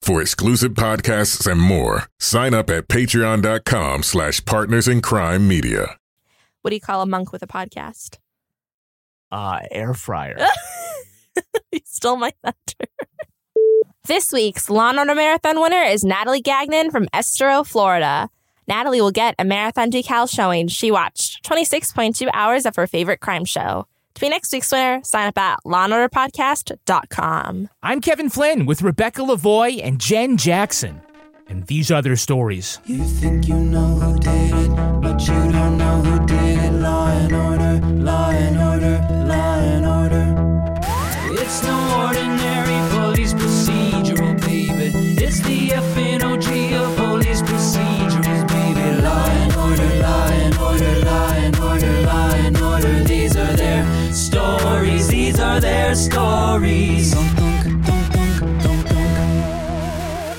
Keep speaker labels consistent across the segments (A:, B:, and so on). A: For exclusive podcasts and more, sign up at patreon.com slash partners in crime media.
B: What do you call a monk with a podcast?
C: Uh, air fryer.
B: you stole my thunder. this week's Lawn Order Marathon winner is Natalie Gagnon from Estero, Florida. Natalie will get a marathon decal showing she watched 26.2 hours of her favorite crime show. To be next week's winner, sign up at lawandorderpodcast.com.
C: I'm Kevin Flynn with Rebecca Lavoy and Jen Jackson. And these are their stories.
D: You think you know who did it, but you don't know who did it. Law and order, law and order, law and order. It's no ordinary police procedural, baby. It's the FNOG of police procedurals, baby. Law and order, law and order, law and order, law and order. These are their stories. These are their stories.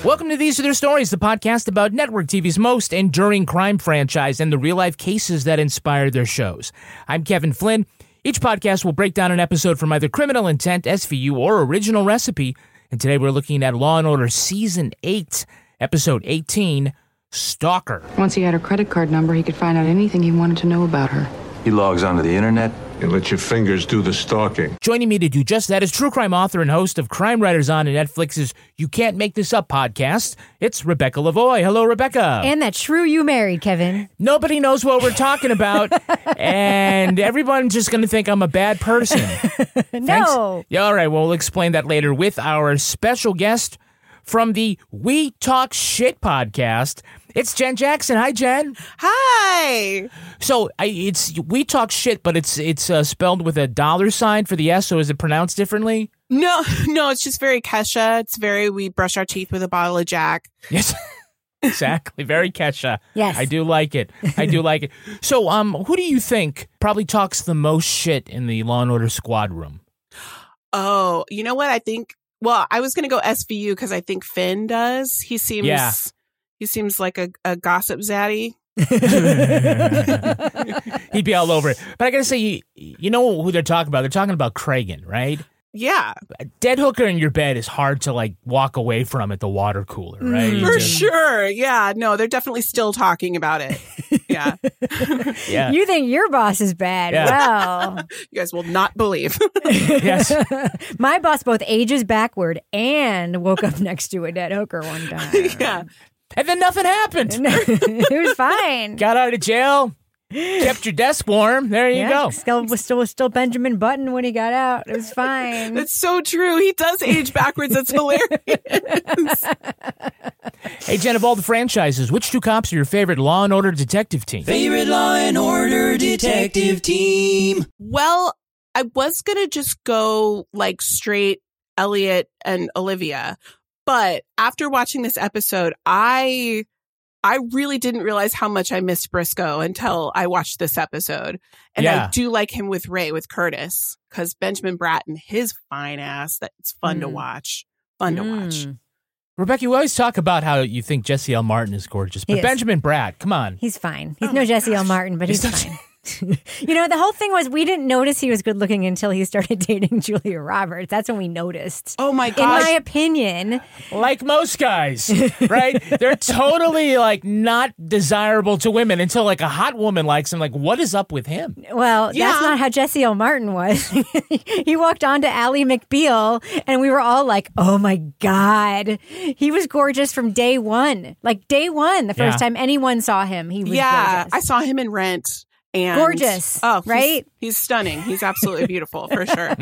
C: Welcome to These Are Their Stories, the podcast about network TV's most enduring crime franchise and the real life cases that inspire their shows. I'm Kevin Flynn. Each podcast will break down an episode from either Criminal Intent, SVU, or Original Recipe. And today we're looking at Law and Order Season 8, Episode 18 Stalker.
E: Once he had her credit card number, he could find out anything he wanted to know about her.
F: He logs onto the internet.
G: and let your fingers do the stalking.
C: Joining me to do just that is true crime author and host of Crime Writers On and Netflix's You Can't Make This Up podcast. It's Rebecca Lavoy. Hello, Rebecca.
H: And that shrew you married, Kevin.
C: Nobody knows what we're talking about, and everyone's just going to think I'm a bad person.
H: No.
C: Yeah, all right, well, we'll explain that later with our special guest from the We Talk Shit podcast. It's Jen Jackson. Hi, Jen.
I: Hi!
C: So I, it's We Talk Shit, but it's it's uh, spelled with a dollar sign for the S. So is it pronounced differently?
J: No, no, it's just very Kesha. It's very we brush our teeth with a bottle of Jack.
C: Yes. exactly. Very Kesha.
H: Yes.
C: I do like it. I do like it. So, um, who do you think probably talks the most shit in the Law and Order squad room?
J: Oh, you know what? I think. Well, I was gonna go SVU because I think Finn does. He seems.
C: Yeah.
J: He seems like a, a gossip zaddy.
C: He'd be all over it. But I gotta say, you, you know who they're talking about? They're talking about Kragan, right?
J: Yeah,
C: A dead hooker in your bed is hard to like walk away from at the water cooler, right? You
J: Mm, for
C: just-
J: sure. Yeah, no, they're definitely still talking about it. Yeah,
C: Yeah.
H: You think your boss is bad.
C: Yeah.
H: Well,
J: you guys will not believe.
C: yes.
H: my boss both ages backward and woke up next to a dead hooker one time.
J: yeah,
C: And then nothing happened.
H: it was fine.
C: Got out of jail. Kept your desk warm. There you
H: yeah,
C: go.
H: Still was still was still Benjamin Button when he got out. It was fine.
J: that's so true. He does age backwards. That's hilarious.
C: Hey Jen, of all the franchises, which two cops are your favorite Law and Order detective team?
D: Favorite Law and Order Detective Team.
J: Well, I was going to just go like straight Elliot and Olivia, but after watching this episode, I I really didn't realize how much I missed Briscoe until I watched this episode. And
C: Yeah.
J: I do like him with Ray with Curtis cuz Benjamin Bratton his fine ass that's fun to
H: Mm.
J: watch. Fun to watch.
H: Mm.
C: Rebecca, you always talk about how you think Jesse L. Martin is gorgeous,
H: He
C: but
H: is.
C: Benjamin Bratt, come on.
H: He's fine. He's
J: Oh
H: no
J: my
H: Jesse L.
J: gosh.
H: Martin, but he's,
C: He's not-
H: fine. you know, the whole thing was we didn't notice he was good looking until he started dating Julia Roberts. That's when we noticed.
J: Oh my
H: In
J: gosh.
H: my opinion,
C: Like most guys, right? They're totally like not desirable to women until like a hot woman likes him. Like, what is up with him?
H: Well,
J: Yeah.
H: that's not how Jesse L. Martin was. he walked on to Ally McBeal, and we were all like, oh my God. He was gorgeous from day one. Like, day one, the first
C: Yeah.
H: time anyone saw him, he was
J: yeah, I
H: gorgeous.
J: saw him in Rent and
H: Gorgeous,
J: Oh, he's-
H: right?
J: He's stunning. He's absolutely beautiful for sure.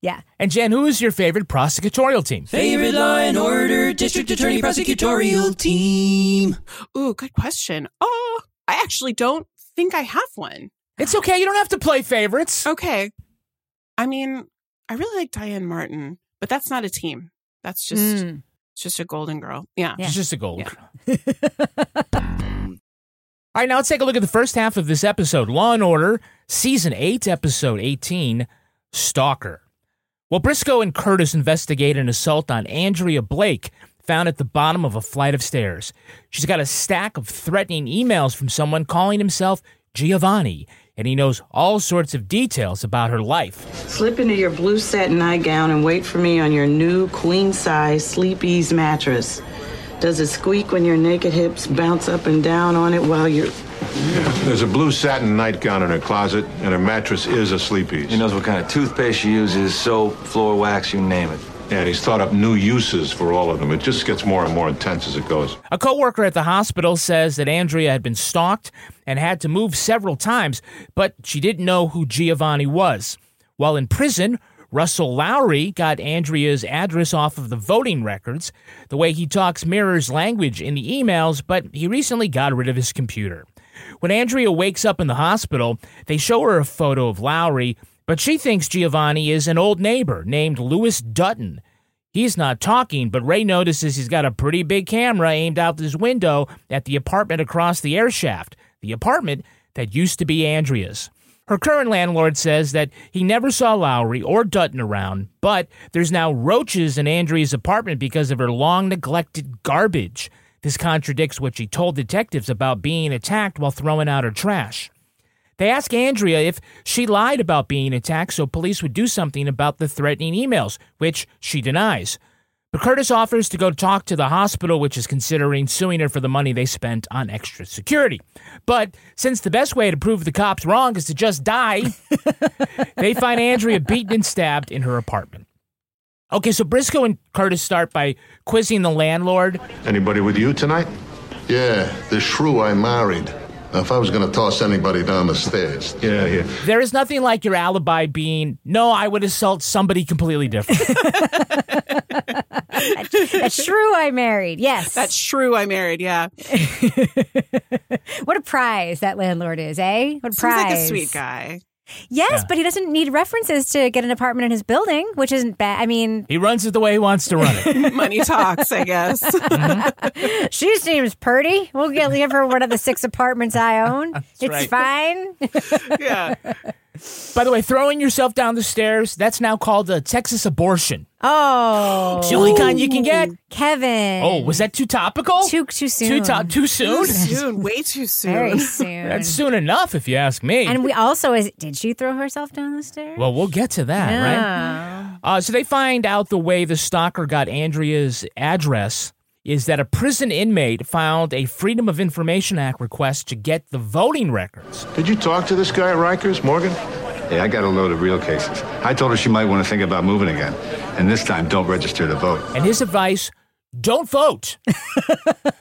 H: yeah.
C: Hmm. And Jen, who is your favorite prosecutorial team?
D: Favorite Law and Order District Attorney Prosecutorial Team.
J: Ooh, good question. Oh, I actually don't think I have one.
C: It's okay. You don't have to play favorites.
J: Okay. I mean, I really like Diane Martin, but that's not a team. That's just
H: Mm.
J: It's just a golden girl. Yeah.
H: Yeah.
C: She's just a gold girl. All right, now let's take a look at the first half of this episode Law and Order, Season 8, Episode 18 Stalker. Well, Briscoe and Curtis investigate an assault on Andrea Blake found at the bottom of a flight of stairs. She's got a stack of threatening emails from someone calling himself Giovanni, and he knows all sorts of details about her life.
F: Slip into your blue satin nightgown and wait for me on your new queen size Sleepy's mattress. Does it squeak when your naked hips bounce up and down on it while you're.
G: There's a blue satin nightgown in her closet, and her mattress is a sleepies.
D: He knows what kind of toothpaste she uses, soap, floor wax, you name it.
G: and he's thought up new uses for all of them. It just gets more and more intense as it goes.
C: A coworker at the hospital says that Andrea had been stalked and had to move several times, but she didn't know who Giovanni was. While in prison, Russell Lowry got Andrea's address off of the voting records. The way he talks mirrors language in the emails, but he recently got rid of his computer. When Andrea wakes up in the hospital, they show her a photo of Lowry, but she thinks Giovanni is an old neighbor named Lewis Dutton. He's not talking, but Ray notices he's got a pretty big camera aimed out his window at the apartment across the air shaft, the apartment that used to be Andrea's. Her current landlord says that he never saw Lowry or Dutton around, but there's now roaches in Andrea's apartment because of her long neglected garbage. This contradicts what she told detectives about being attacked while throwing out her trash. They ask Andrea if she lied about being attacked so police would do something about the threatening emails, which she denies. But Curtis offers to go talk to the hospital, which is considering suing her for the money they spent on extra security. But since the best way to prove the cops wrong is to just die, they find Andrea beaten and stabbed in her apartment. Okay, so Briscoe and Curtis start by quizzing the landlord.
G: Anybody with you tonight?
K: Yeah, the shrew I married. Now, if I was going to toss anybody down the stairs,
G: Yeah, yeah.
C: There is nothing like your alibi being, no, I would assault somebody completely different.
H: That's true. I married. Yes.
J: That's true. I married. Yeah.
H: what a prize that landlord is, eh? What a
J: Seems
H: prize.
J: like a sweet guy.
H: Yes, but he doesn't need references to get an apartment in his building, which isn't bad. I mean,
C: he runs it the way he wants to run it.
J: Money talks, I guess.
H: she seems pretty. We'll get give her one of the six apartments I own. it's
C: right.
H: fine.
J: yeah.
C: By the way, throwing yourself down the stairs, that's now called a Texas abortion.
H: Oh,
C: It's the only kind you can get.
H: Kevin.
C: Oh, was that too topical?
H: too too soon?
C: Too, to- too soon?
J: Too soon. Way too soon.
H: Very soon.
C: That's soon enough, if you ask me.
H: and we also is did she throw herself down the stairs?
C: well, we'll get to that, right? Uh, so they find out the way the stalker got Andrea's address is that a prison inmate filed a Freedom of Information Act request to get the voting records.
G: Did you talk to this guy at Rikers, Morgan?
K: yeah, I got a load of real cases. I told her she might want to think about moving again, and this time don't register to vote.
C: And his advice, don't vote.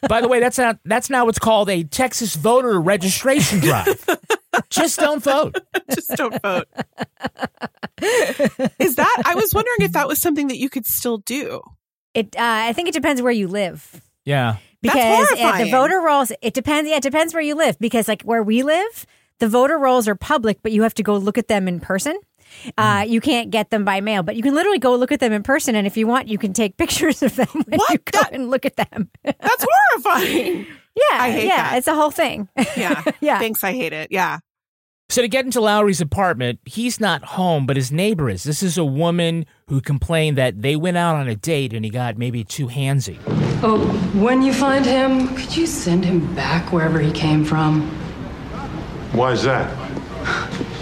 C: By the way, that's not that's now what's called a Texas voter registration drive. Just don't vote.
J: Just don't vote. Is that? I was wondering if that was something that you could still do.
H: It uh, I think it depends where you live.
C: Yeah.
J: That's
H: Because at the
J: horrifying.
H: voter rolls, it depends. Yeah, it depends where you live. Because like where we live, the voter rolls are public, but you have to go look at them in person. Uh,
J: Hmm.
H: You can't get them by mail, but you can literally go look at them in person, and if you want, you can take pictures of them when
J: What?
H: you go
J: That-
H: and look at them. yeah,
J: That's horrifying. I hate
H: yeah,
J: that.
H: it's a whole thing.
J: Yeah.
H: Yeah.
J: Thanks. I hate it. Yeah.
C: So to get into Lowry's apartment, he's not home, but his neighbor is. This is a woman who complained that they went out on a date and he got maybe too handsy.
F: Oh, when you find him, could you send him back wherever he came from?
G: Why is that?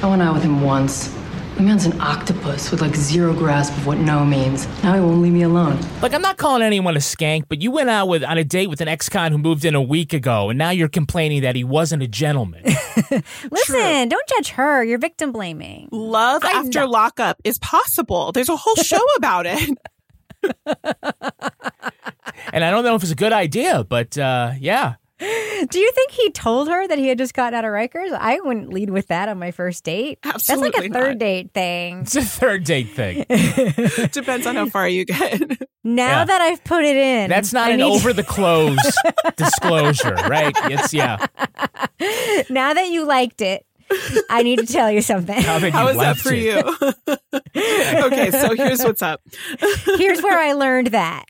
F: I went out with him once. The man's an octopus with like zero grasp of what no means. Now he won't leave me alone.
C: Like I'm not calling anyone a skank, but you went out with on a date with an ex-con who moved in a week ago, and now you're complaining that he wasn't a gentleman.
H: Listen, don't judge her. You're victim blaming.
J: Love
C: I'm
J: after
C: not-
J: lockup is possible. There's a whole show about it.
C: and I don't know if it's a good idea, but uh, yeah.
H: Do you think he told her that he had just gotten out of Rikers? I wouldn't lead with that on my first date. That's like
J: Absolutely
H: a
J: not.
H: third date thing.
C: It's a third date thing.
J: Depends on how far you get.
H: Now
C: Yeah.
H: that I've put it in,
C: That's not
H: I
C: an
H: need-
C: over the close disclosure, right? It's yeah.
H: now that you liked it, I need to tell you something.
J: How is that for you? okay, so here's what's up.
H: Here's where I learned that.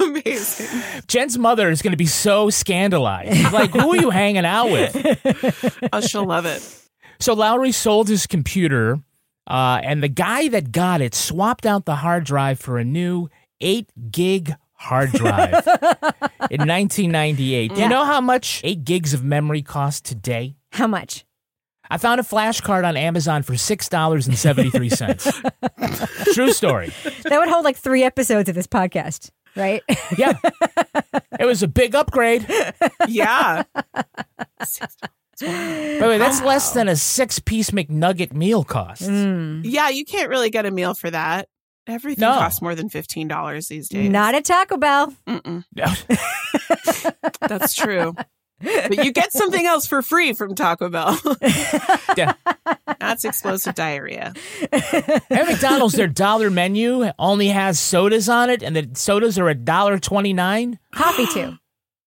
J: Amazing.
C: Jen's mother is going to be so scandalized. Like, who are you hanging out with?
J: Oh, she'll love it.
C: So Lowry sold his computer, uh, and the guy that got it swapped out the hard drive for a new eight gig hard drive in 1998. Do
H: Yeah.
C: You know how much eight gigs of memory cost today?
H: How much?
C: I found a flash card on Amazon for six dollars and seventy three cents. True story.
H: That would hold like three episodes of this podcast, right?
C: Yeah. It was a big upgrade.
J: Yeah.
C: By the way, that's less than a six piece McNugget meal cost.
J: Mm. Yeah, you can't really get a meal for that. Everything
C: No.
J: costs more than fifteen dollars these days.
H: Not at Taco Bell.
J: Mm-mm. That's true. But you get something else for free from Taco Bell.
C: Yeah.
J: That's explosive diarrhea.
C: At McDonald's, their dollar menu only has sodas on it, and the sodas are a dollar twenty nine.
H: Coffee too.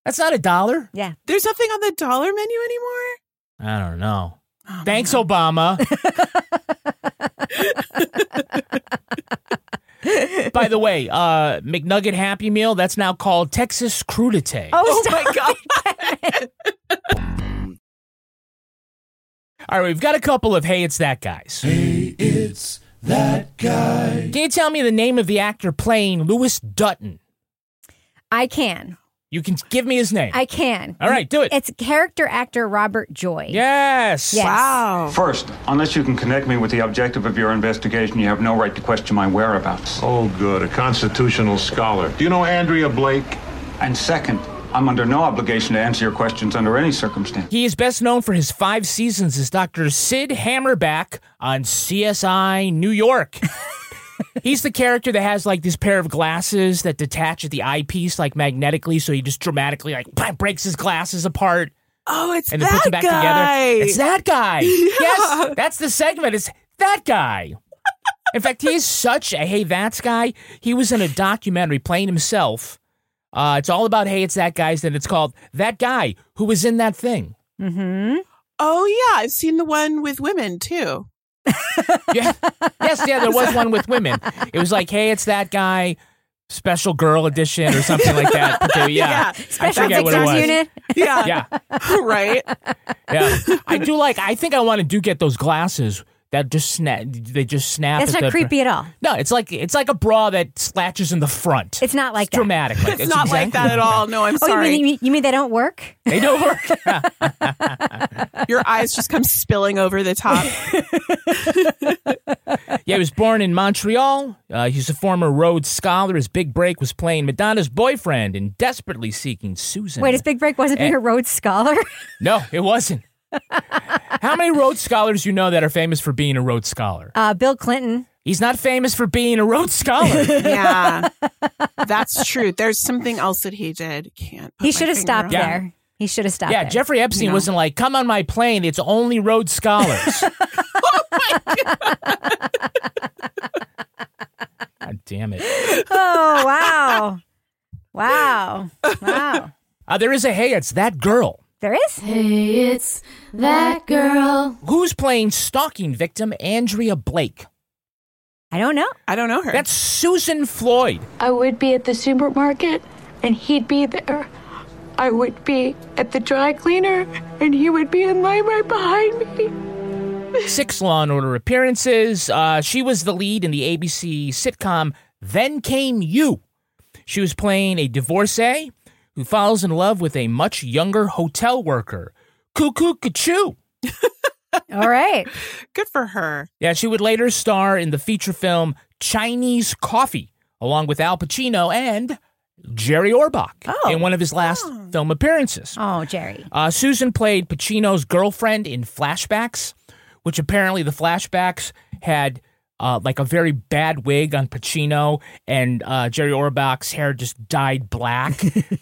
C: That's not a dollar.
H: Yeah.
J: There's nothing on the dollar menu anymore.
C: I don't know.
J: Oh,
C: Thanks, Obama. By the way, uh, McNugget Happy Meal, that's now called Texas Crudite.
H: Oh,
J: my god.
C: All right, we've got a couple of Hey It's That Guys.
D: Hey, it's that guy.
C: Can you tell me the name of the actor playing Lewis Dutton?
H: I can.
C: You can give me his name.
H: I can.
C: All right, do it.
H: It's character actor Robert Joy.
C: yes.
H: Yes.
J: Wow.
K: First, unless you can connect me with the objective of your investigation, you have no right to question my whereabouts.
G: Oh, good. A constitutional scholar. Do you know Andrea Blake?
K: And second, I'm under no obligation to answer your questions under any circumstance.
C: He is best known for his five seasons as Dr. Sid Hammerback on CSI New York. He's the character that has like this pair of glasses that detach at the eyepiece like magnetically, so he just dramatically like breaks his glasses apart
J: Oh, it's
C: and then
J: that
C: puts them back
J: guy.
C: together. It's that guy. Yes, that's the segment. It's that guy. In fact, he is such a hey that's guy. He was in a documentary playing himself. Uh, it's all about hey it's that guys, and it's called that guy who was in that thing.
J: Oh yeah, I've seen the one with women too.
C: Yeah. Yes, yeah, there was one with women. It was like, hey, it's that guy, special girl edition or something like that. Okay, yeah. I
H: Special
C: forget what it
H: Victims
C: was.
H: Unit.
J: Yeah.
C: Yeah,
J: right.
C: yeah. I do like. I think I want to do get those glasses that just snap. They just snap.
H: That's
C: at
H: not
C: the-
H: creepy at all.
C: No, it's like it's like a bra that slatches in the front.
H: It's not like that.
C: dramatic. Like,
J: It's, not like
C: exactly
J: that at all. No, I'm
H: Oh, you
J: sorry.
H: mean, you mean you mean they don't work?
C: They don't work. Yeah.
J: Your eyes just come spilling over the top.
C: Yeah, he was born in Montreal. Uh, he's a former Rhodes Scholar. His big break was playing Madonna's boyfriend in Desperately Seeking Susan.
H: Wait, his big break wasn't
C: Eh.
H: being a Rhodes Scholar?
C: No, it wasn't. How many Rhodes Scholars you know that are famous for being a Rhodes Scholar?
H: Uh, Bill Clinton.
C: He's not famous for being a Rhodes Scholar.
J: yeah. That's true. There's something else that he did. Can't. put
H: He
J: my
H: should have
J: finger
H: stopped
J: on
C: Yeah.
H: there. He should have stopped
C: yeah,
H: there.
C: Jeffrey Epstein
J: No.
C: wasn't like, come on my plane, it's only Rhodes Scholars. God damn it.
H: Oh, wow. wow. Wow.
C: Uh, there is a hey, it's that girl.
H: There is?
L: Hey, it's that girl.
C: Who's playing stalking victim Andrea Blake?
H: I don't know.
J: I don't know her.
C: That's Susan Floyd.
L: I would be at the supermarket and he'd be there. I would be at the dry cleaner and he would be in line right behind me.
C: Six Law and Order appearances. Uh, she was the lead in the ABC sitcom Then Came You. She was playing a divorcee who falls in love with a much younger hotel worker. Cuckoo Cachoo.
H: All right.
J: good for her.
C: Yeah, she would later star in the feature film Chinese Coffee, along with Al Pacino and Jerry Orbach
H: Oh.
C: in one of his last film appearances.
H: Oh, Jerry.
C: Uh, Susan played Pacino's girlfriend in flashbacks, which apparently the flashbacks had uh, like a very bad wig on Pacino, and uh, Jerry Orbach's hair just dyed black.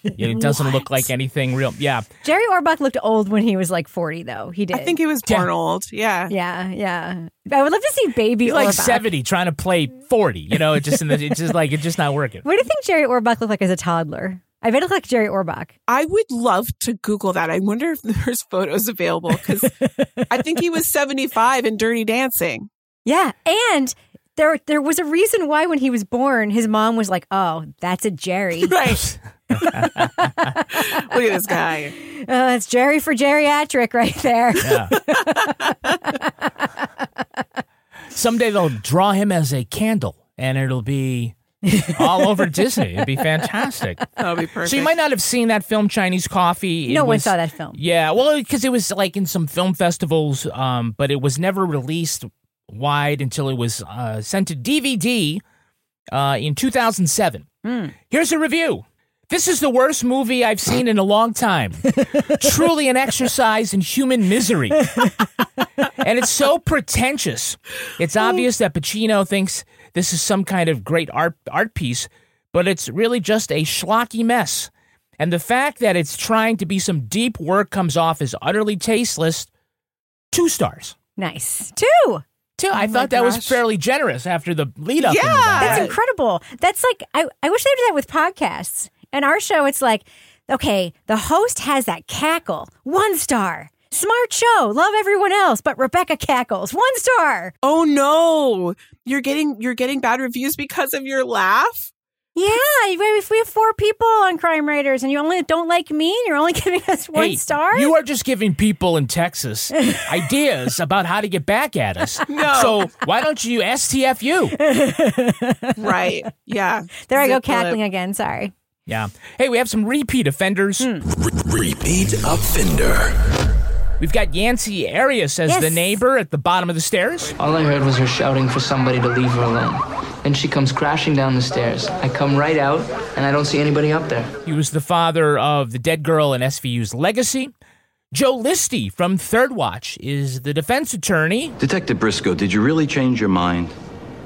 C: it doesn't look like anything real. Yeah.
H: Jerry Orbach looked old when he was like 40, though. He did.
J: I think he was born old. Yeah.
H: Yeah, yeah. I would love to see baby
C: He's like
H: Orbach.
C: 70 trying to play 40, you know, it just, in the, it's just like, it's just not working.
H: What do you think Jerry Orbach looked like as a toddler? I bet it looked like Jerry Orbach.
J: I would love to Google that. I wonder if there's photos available because I think he was 75 in Dirty Dancing.
H: Yeah, and there there was a reason why when he was born, his mom was like, "Oh, that's a Jerry." Uh,
J: Right. Look at this guy.
H: Oh, that's Jerry for geriatric right there.
C: Yeah. Someday they'll draw him as a candle, and it'll be all over Disney. It'd be fantastic.
J: That would be perfect.
C: So you might not have seen that film, Chinese Coffee. It
H: no one
C: was-
H: saw that film.
C: Yeah, well, because it was like in some film festivals, um, but it was never released wide until it was uh, sent to DVD uh, in 2007.
H: Hmm.
C: Here's a review. This is the worst movie I've seen in a long time. Truly an exercise in human misery. and it's so pretentious. It's obvious that Pacino thinks this is some kind of great art art piece, but it's really just a schlocky mess. And the fact that it's trying to be some deep work comes off as utterly tasteless. Two stars.
H: Nice. Two.
C: Two. I thought that was fairly generous after the lead up. into that.
H: That's incredible. That's like I, I wish they would do that with podcasts. And our show, it's like, okay, the host has that cackle. One star. Smart show. Love everyone else, but Rebecca cackles. One star.
J: Oh no. You're getting you're getting bad reviews because of your laugh?
H: Yeah, if we have four people on Crime Writers and you only don't like me and you're only giving us one
C: Hey,
H: star,
C: You are just giving people in Texas ideas about how to get back at us.
J: No.
C: So why don't you STFU?
J: Right. Yeah.
H: there I
J: Zip
H: go
C: uh,
J: lip.
H: cackling again. Sorry.
C: Yeah. Hey, we have some repeat offenders.
M: Repeat offender.
C: We've got Yancy Arias as
M: Yes.
C: the neighbor at the bottom of the stairs.
N: All I heard was her shouting for somebody to leave her alone. Then she comes crashing down the stairs. I come right out, and I don't see anybody up there.
C: He was the father of the dead girl in SVU's Legacy. Joe Listy from Third Watch is the defense attorney.
O: Detective Briscoe, did you really change your mind?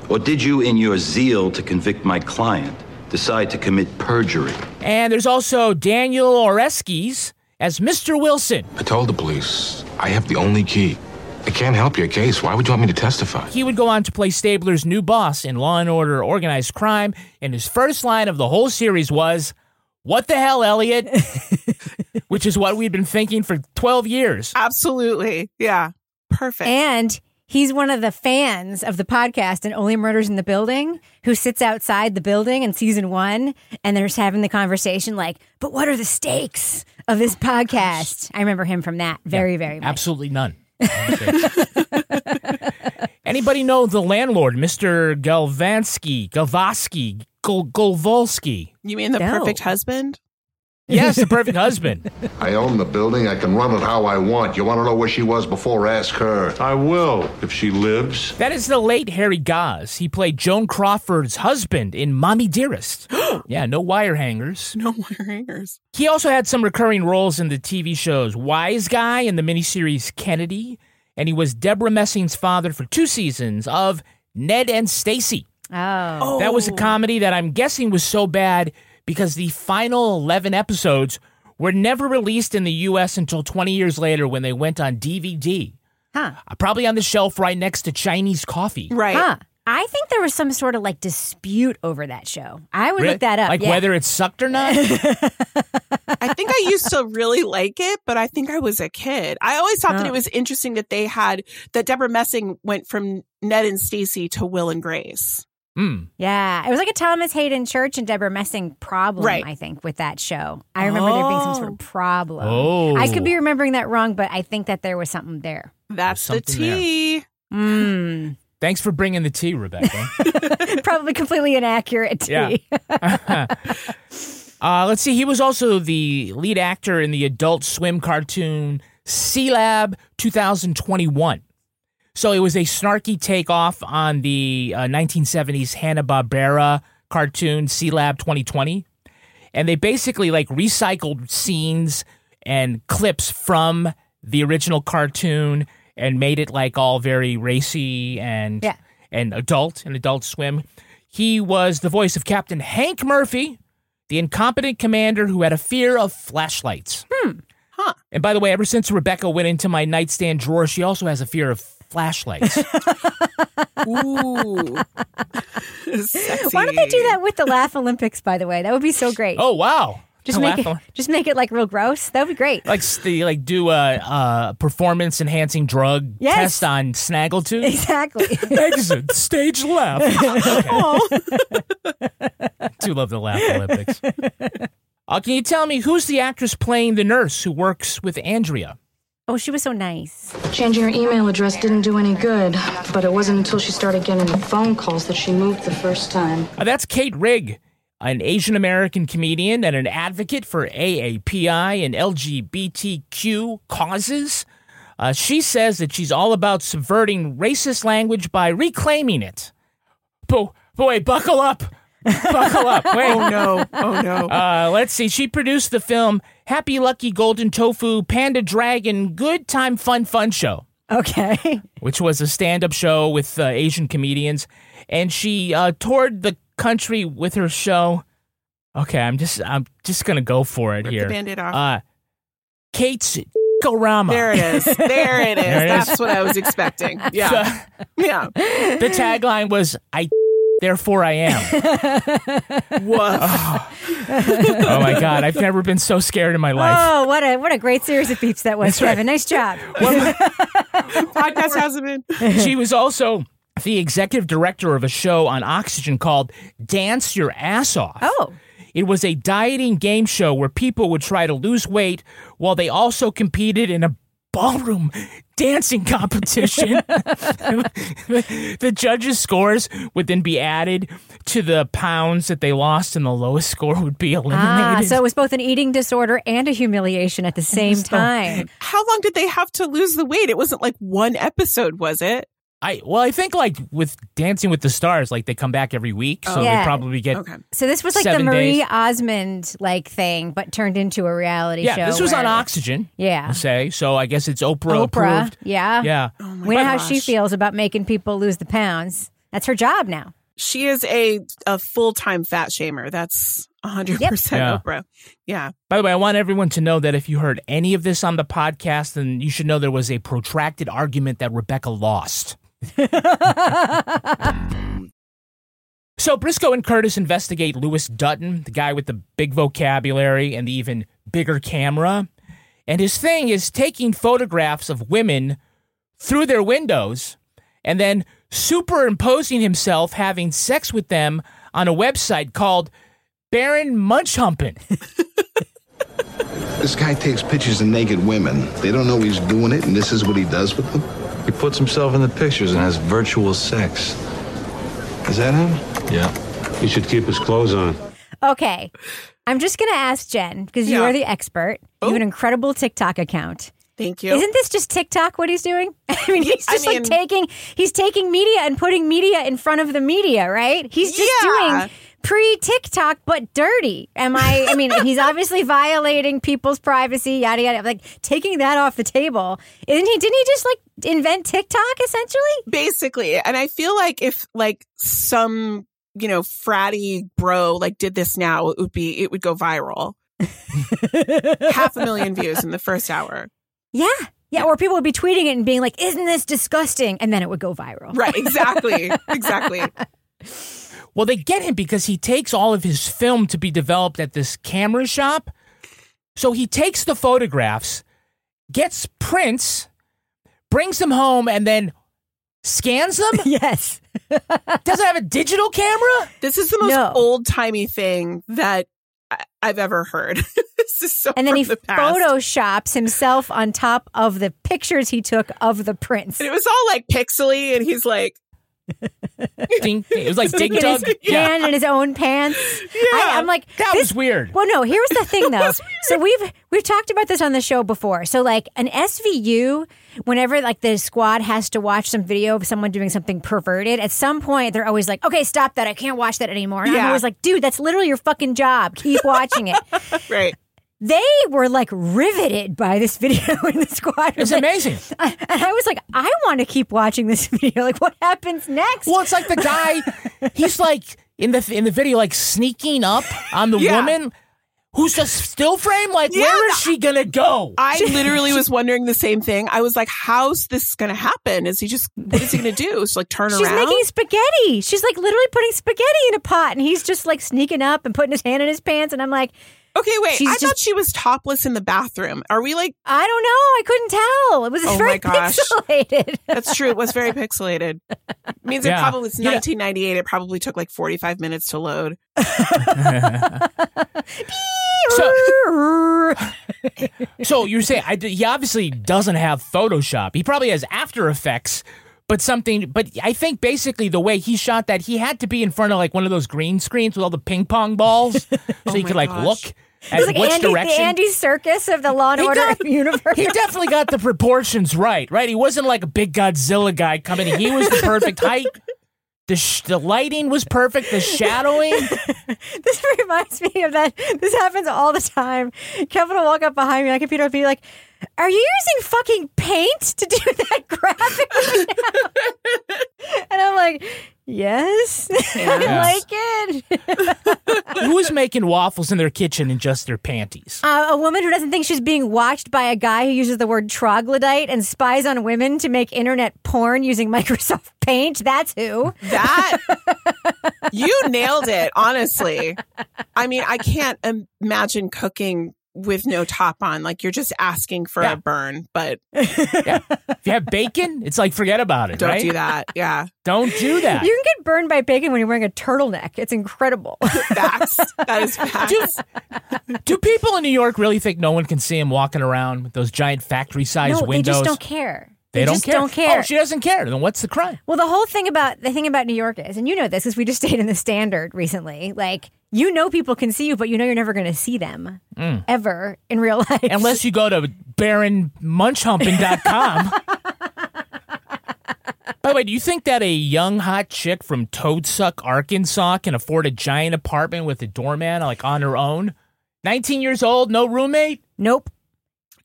O: Or did you, in your zeal to convict my client, decide to commit perjury?
C: And there's also Daniel Oreskes as Mr. Wilson.
P: I told the police I have the only key. I can't help your case. Why would you want me to testify?
C: He would go on to play Stabler's new boss in Law and Order Organized Crime, and his first line of the whole series was, What the hell, Elliot? Which is what we'd been thinking for 12 years.
J: Absolutely. Yeah. Perfect.
H: And he's one of the fans of the podcast and Only Murders in the Building who sits outside the building in season one and they're just having the conversation like, but what are the stakes
C: Oh
H: of this podcast? I remember him from that very, very much.
C: Absolutely none. Anybody know the landlord, Mr. Galvansky, Galvosky, Gol- Golvolsky?
J: You mean the
C: No.
J: perfect husband?
C: Yes, the perfect husband.
G: I own the building. I can run it how I want. You want to know where she was before? Ask her. I will, if she lives.
C: That is the late Harry Goss. He played Joan Crawford's husband in Mommy Dearest. yeah, no wire hangers.
J: No wire hangers.
C: He also had some recurring roles in the TV shows Wise Guy and the miniseries Kennedy, and he was Deborah Messing's father for two seasons of Ned and Stacy.
H: Oh.
C: That was a comedy that I'm guessing was so bad because the final 11 episodes were never released in the US until 20 years later when they went on DVD.
H: Huh.
C: Uh, Probably on the shelf right next to Chinese coffee.
H: Huh. I think there was some sort of like dispute over that show. I would
C: Really?
H: look that up.
C: Like
H: yeah.
C: whether it sucked or not?
J: I think I used to really like it, but I think I was a kid. I always thought that it was interesting that they had that Deborah Messing went from Ned and Stacy to Will and Grace.
C: Hmm,
H: Yeah. It was like a Thomas Hayden Church and Deborah Messing problem,
J: Right.
H: I think, with that show. I remember there being some sort of problem.
C: Oh.
H: I could be remembering that wrong, but I think that there was something there.
J: That's the
C: something there.
J: tea.
H: Mm.
C: Thanks for bringing the tea, Rebecca.
H: Probably completely inaccurate. to
C: Yeah.
H: me.
C: Uh, let's see. He was also the lead actor in the Adult Swim cartoon Sea Lab 2021. So it was a snarky takeoff on the uh, 1970s Hanna Barbera cartoon Sea Lab 2020, and they basically like recycled scenes and clips from the original cartoon and made it like all very racy and
H: Yeah.
C: and adult and Adult Swim. He was the voice of Captain Hank Murphy, the incompetent commander who had a fear of flashlights.
J: Huh.
C: And by the way, ever since Rebecca went into my nightstand drawer, she also has a fear of flashlights.
J: Ooh.
H: Why don't they do that with the Laugh Olympics, by the way? That would be so great.
C: oh, wow.
H: Just make it, just make it like real gross. That would be great.
C: Like s- they like do a uh, performance enhancing drug
H: Yes.
C: test on Snaggletooth.
H: Exactly.
C: Exit stage left. Do love the Laugh Olympics. Uh, can you tell me who's the actress playing the nurse who works with Andrea?
H: Oh, she was so nice.
E: Changing her email address didn't do any good, but it wasn't until she started getting the phone calls that she moved the first time.
C: Uh, that's Kate Rigg, an Asian American comedian and an advocate for AAPI and LGBTQ causes. Uh, she says that she's all about subverting racist language by reclaiming it. Bo- boy, buckle up. Buckle up. Wait.
J: Oh, no. Oh, no.
C: Uh, let's see. She produced the film Happy Lucky Golden Tofu Panda Dragon Good Time Fun Fun Show
H: Okay.
C: which was a stand-up show with uh, Asian comedians, and she uh, toured the country with her show. Okay, I'm just I'm just gonna go for it here.
J: Band-Aid off.
C: Uh, Kate's Gorama.
J: There it is. There it is. That's what I was expecting. Yeah. yeah.
C: The tagline was "I, therefore I am."
J: Woof.
C: oh my god, I've never been so scared in my life.
H: Oh, what a what a great series of beeps that was,
C: That's right.
H: Kevin. Nice job.
J: Podcast hasn't been.
C: she was also the executive director of a show on Oxygen called Dance Your Ass Off.
H: Oh.
C: It was a dieting game show where people would try to lose weight while they also competed in a ballroom dancing competition. the judges' scores would then be added to the pounds that they lost, and the lowest score would be eliminated.
H: Ah, so it was both an eating disorder and a humiliation at the same time.
J: How long did they have to lose the weight? It wasn't like one episode, was it?
C: I well, I think like with Dancing with the Stars, like they come back every week, so
H: Yeah.
C: they probably get.
H: So this was like
C: seven
H: the Marie
C: days.
H: Osmond like thing, but turned into a reality
C: Yeah,
H: show.
C: this was on
H: where-
C: Oxygen.
H: Yeah.
C: we'll say so. I guess it's Oprah,
H: Oprah.
C: approved.
H: Yeah.
C: Yeah.
H: we know how she feels about making people lose the pounds. That's her job now.
J: She is a, a full time fat shamer. That's 100%
C: Yep.
J: Oprah. Yeah.
C: By the way, I want everyone to know that if you heard any of this on the podcast, then you should know there was a protracted argument that Rebecca lost. so Briscoe and Curtis investigate Lewis Dutton, the guy with the big vocabulary and the even bigger camera. And his thing is taking photographs of women through their windows and then superimposing himself having sex with them on a website called Baron Munchhumpin.
P: This guy takes pictures of naked women. They don't know he's doing it, and this is what he does with them.
K: He puts himself in the pictures and has virtual sex. Is that him? Yeah. He should keep his clothes on.
H: Okay. I'm just going to ask Jen because you
J: Yeah. Oh.
H: are the expert. You have an incredible TikTok account.
J: Thank you.
H: Isn't this just TikTok what he's doing? I mean, he's
J: I
H: just
J: mean-
H: like taking he's taking media and putting media in front of the media, right? He's just
J: Yeah.
H: doing pre TikTok but dirty. Am I I mean, he's obviously violating people's privacy, yada yada. Like taking that off the table. Isn't he didn't he just like invent TikTok essentially?
J: Basically. And I feel like if like some, you know, fratty bro like did this now, it would be, it would go viral. Half a million views in the first hour.
H: Yeah. Yeah, or people would be tweeting it and being like, "Isn't this disgusting?" and then it would go viral.
J: Right. Exactly. exactly.
C: Well, they get him because he takes all of his film to be developed at this camera shop. So he takes the photographs, gets prints, brings them home, and then scans them?
H: yes.
C: Doesn't have a digital camera?
J: This is the most
H: No.
J: old timey thing that I- I've ever heard. this is so
H: And then
J: from
H: he
J: the past.
H: photoshops himself on top of the pictures he took of the prince.
J: and it was all like pixely, and he's like,
C: Ding, ding. It was like Dig
H: Sticking
C: Dug.
H: his hand in his own pants. I, I'm like,
C: That
H: this-
C: was weird.
H: Well, no. Here's the thing, though. so we've we've talked about this on the show before. So like an SVU, whenever like the squad has to watch some video of someone doing something perverted, at some point they're always like, "Okay, stop that. I can't watch that anymore." And I'm
J: Yeah.
H: always like, "Dude, that's literally your fucking job. Keep watching it."
J: right.
H: they were like riveted by this video in the squad.
C: It's
H: Like,
C: amazing.
H: I- and I was like, I want to keep watching this video. Like, what happens next?
C: Well, it's like the guy, he's like in the in the video, like sneaking up on the
J: Yeah.
C: woman who's just still frame. Like,
J: Yeah.
C: where is she gonna go?
J: I literally was wondering the same thing. I was like, how's this going to happen? Is he just, what is he going to do? So, like, turn
H: She's
J: around?
H: making spaghetti. She's like literally putting spaghetti in a pot, and he's just like sneaking up and putting his hand in his pants. And I'm like,
J: Okay, wait.
H: She's
J: I
H: just-
J: thought she was topless in the bathroom. Are we like?
H: I don't know. I couldn't tell. It was
J: Oh
H: very
J: my gosh.
H: pixelated.
J: That's true. It was very pixelated. Means
C: Yeah.
J: it probably it's
C: Yeah.
J: 1998. It probably took like 45 minutes to load.
C: So, so you're saying I, he obviously doesn't have Photoshop. He probably has After Effects, but something. But I think basically the way he shot that, he had to be in front of like one of those green screens with all the ping pong balls, so he could like look
H: Oh It
C: at
H: was like
C: which
H: Andy, the
C: direction.
H: Andy Circus of the Law and
C: He
H: Order
C: got-
H: universe.
C: he definitely got the proportions right, right? He wasn't like a big Godzilla guy coming in. He was the perfect height. The, sh- the lighting was perfect. The shadowing.
H: this reminds me of that. This happens all the time. Kevin will walk up behind me on a computer and be like, "Are you using fucking paint to do that graphic?" right now?" and I'm like, "Yes,
C: Yeah.
H: I like it."
C: Who was making waffles in their kitchen in just their panties?
H: Uh, a woman who doesn't think she's being watched by a guy who uses the word troglodyte and spies on women to make internet porn using Microsoft Paint. That's who.
J: That you nailed it, honestly. I mean, I can't im- imagine cooking with no top on. Like you're just asking for
C: Yeah.
J: a burn, but
C: If you have bacon, it's like forget about it.
J: don't
C: right?
J: do that. Yeah.
C: Don't do that.
H: You can get burned by bacon when you're wearing a turtleneck. It's incredible.
J: Facts. That is facts.
C: do people in New York really think no one can see him walking around with those giant factory-sized
H: no,
C: windows?
H: they just don't care.
C: They don't
H: just
C: care.
H: don't care.
C: Oh, she doesn't care. Then what's the crime?
H: Well, the whole thing about the thing about New York is, and you know this, because we just stayed in the Standard recently. Like you know, people can see you, but you know you're never going to see them
C: Mm.
H: ever in real life.
C: Unless you go to baronmunchhumping.com. By the way, do you think that a young hot chick from Toadsuck, Arkansas can afford a giant apartment with a doorman like on her own? 19 years old, no roommate?
H: Nope.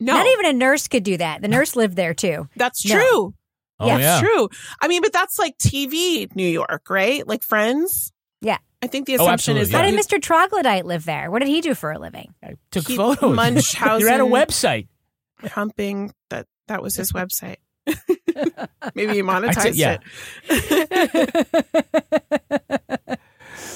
J: No.
H: Not even a nurse could do that. The nurse lived there too.
J: That's
H: No.
J: true.
C: Oh,
J: That's
C: yeah.
J: true. I mean, but that's like TV New York, right? Like Friends.
H: Yeah.
J: I think the
C: Oh,
J: assumption is
C: absolutely,
H: How
J: that
H: did
J: you-
H: Mr. Troglodyte live there? What did he do for a living?
C: Took
J: He-
C: photos. You're at a
J: Munchausen-
C: website.
J: humping that that was his website. Maybe he monetized
C: I'd say- yeah.
J: it.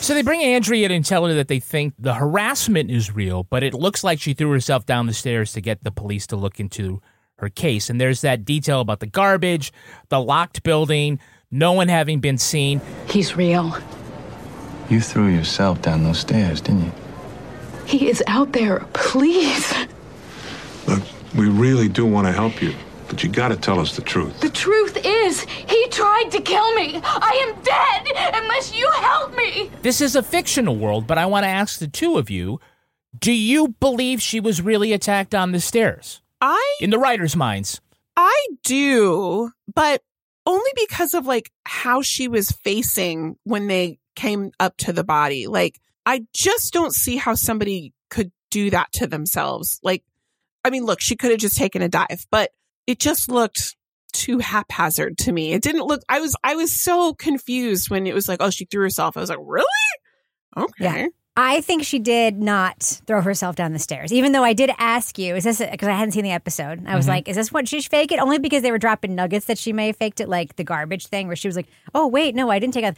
C: So they bring Andrea in and tell her that they think the harassment is real, but it looks like she threw herself down the stairs to get the police to look into her case. And there's that detail about the garbage, the locked building, no one having been seen.
L: He's real.
K: You threw yourself down those stairs, didn't you?
L: He is out there. Please.
G: We really do want to help you, but you got to tell us the truth.
L: The truth is, he tried to kill me. I am dead unless you help me.
C: This is a fictional world, but I want to ask the two of you do you believe she was really attacked on the stairs?
J: I
C: In the writer's minds.
J: I do, but only because of like how she was facing when they came up to the body. Like, I just don't see how somebody could do that to themselves. Like, I mean, look, she could have just taken a dive, but it just looked too haphazard to me. It didn't look, I was, I was so confused when it was like, oh, she threw herself. I was like, really? Okay.
H: Yeah. I think she did not throw herself down the stairs, even though I did ask you, is this because I hadn't seen the episode? I was
J: Mhm.
H: like, is this what she faked it? Only because they were dropping nuggets that she may have faked it, like the garbage thing where she was like, oh, wait, no, I didn't take out.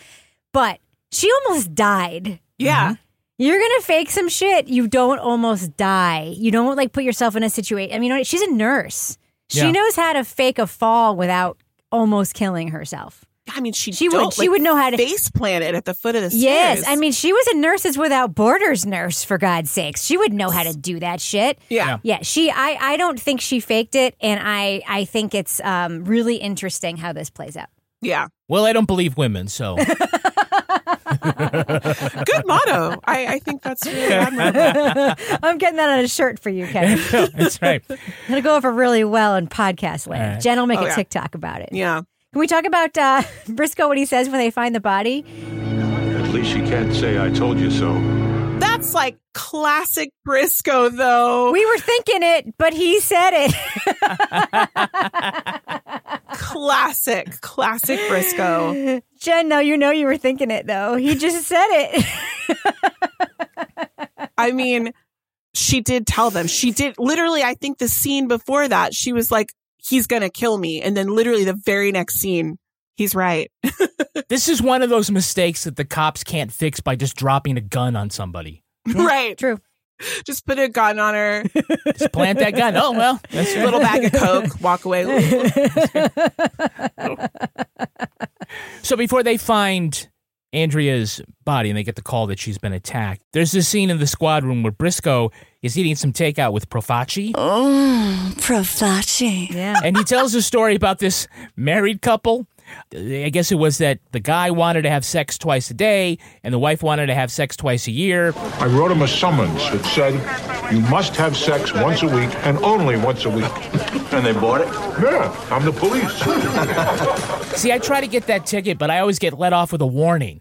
H: But she almost died.
J: Yeah.
H: You're gonna fake some shit. You don't almost die. You don't like put yourself in a situation. I mean, you know what? she's a nurse. She
J: Yeah.
H: knows how to fake a fall without almost killing herself.
J: I mean, she
H: She would-
J: don't,
H: she
J: like,
H: would know how to-
J: face planted at the foot of the stairs.
H: Yes, I mean, she was a Nurses Without Borders nurse for God's sakes. She would know how to do that shit.
J: Yeah.
H: yeah. She, I, I don't think she faked it, and I, I think it's um, really interesting how this plays out.
J: yeah.
C: Well, I don't believe women, so.
J: Good motto. I, I think that's really admirable.
H: I'm getting that on a shirt for you, Kevin.
C: That's right.
H: It'll go over really well in podcast land.
C: right.
H: Jen will make
J: Oh,
H: a
J: yeah.
H: TikTok about it.
J: Yeah.
H: Can we talk about uh, Briscoe? What he says when they find the body?
G: At least you can't say I told you so.
J: That's like classic Briscoe, though.
H: We were thinking it, but he said it.
J: classic, classic Briscoe.
H: Jen, no, you know you were thinking it though. He just said it.
J: I mean, she did tell them. She did literally, I think the scene before that, she was like, he's going to kill me. And then literally the very next scene, he's right.
C: This is one of those mistakes that the cops can't fix by just dropping a gun on somebody.
J: right.
H: True.
J: Just put a gun on her.
C: Just plant that gun. Oh, well, that's
J: a little bag of coke. Walk away.
C: So before they find Andrea's body and they get the call that she's been attacked, there's this scene in the squad room where Briscoe is eating some takeout with Profaci.
Q: Oh, Profaci.
H: Yeah.
C: And he tells a story about this married couple. I guess it was that the guy wanted to have sex twice a day and the wife wanted to have sex twice a year.
P: I wrote him a summons that said, you must have sex once a week and only once a week.
O: And they bought it?
P: Yeah, I'm the police.
C: See, I try to get that ticket, but I always get let off with a warning.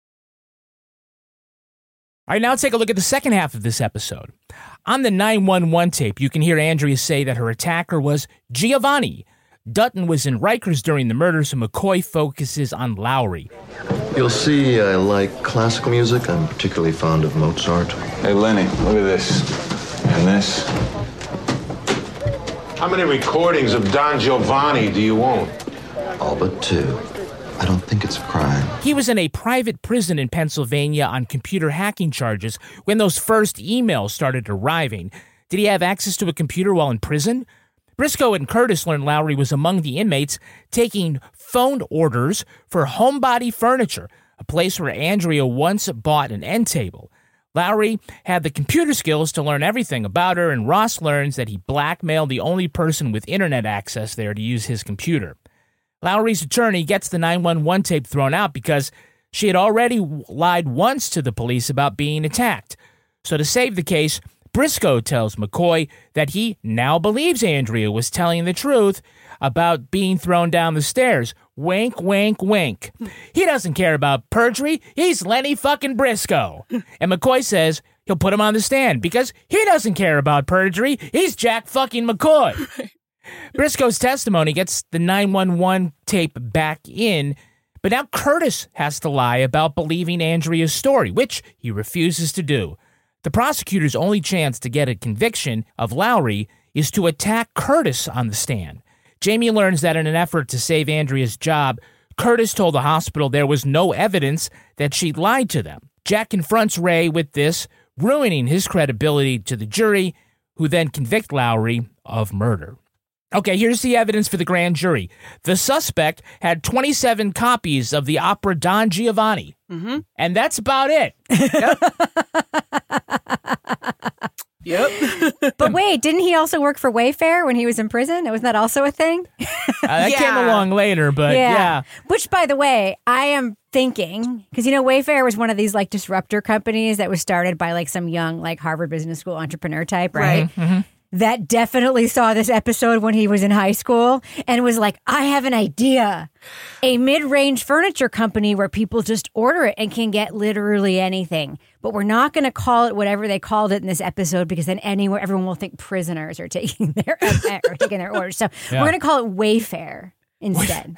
C: All right, now let's take a look at the second half of this episode. On the 911 tape, you can hear Andrea say that her attacker was Giovanni. Dutton was in Rikers during the murder, so McCoy focuses on Lowry.
K: You'll see I like classical music. I'm particularly fond of Mozart.
O: Hey, Lenny, look at this. And this.
P: How many recordings of Don Giovanni do you own?
K: All but two. I don't think it's a crime.
C: He was in a private prison in Pennsylvania on computer hacking charges when those first emails started arriving. Did he have access to a computer while in prison? Briscoe and Curtis learned Lowry was among the inmates taking phone orders for Homebody Furniture, a place where Andrea once bought an end table. Lowry had the computer skills to learn everything about her, and Ross learns that he blackmailed the only person with internet access there to use his computer. Lowry's attorney gets the 911 tape thrown out because she had already w- lied once to the police about being attacked. So, to save the case, Briscoe tells McCoy that he now believes Andrea was telling the truth about being thrown down the stairs. Wink, wink, wink. He doesn't care about perjury. He's Lenny fucking Briscoe. And McCoy says he'll put him on the stand because he doesn't care about perjury. He's Jack fucking McCoy. Briscoe's testimony gets the 911 tape back in, but now Curtis has to lie about believing Andrea's story, which he refuses to do. The prosecutor's only chance to get a conviction of Lowry is to attack Curtis on the stand. Jamie learns that in an effort to save Andrea's job, Curtis told the hospital there was no evidence that she lied to them. Jack confronts Ray with this, ruining his credibility to the jury, who then convict Lowry of murder. Okay, here's the evidence for the grand jury. The suspect had 27 copies of the opera Don Giovanni,
J: mm-hmm.
C: and that's about it. Uh,
J: Yep.
H: But wait, didn't he also work for Wayfair when he was in prison? Wasn't that also a thing?
C: Uh, that came
H: Yeah.
C: along later, but yeah.
H: Which, by the way, I am thinking because you know Wayfair was one of these like disruptor companies that was started by like some young like Harvard Business School entrepreneur type, right?
C: Mm-hmm.
H: That definitely saw this episode when he was in high school and was like, I have an idea. A mid range furniture company where people just order it and can get literally anything. But we're not going to call it whatever they called it in this episode because then anywhere, everyone will think prisoners are taking their, are taking their orders. So
C: Yeah.
H: we're going to call it Wayfair instead.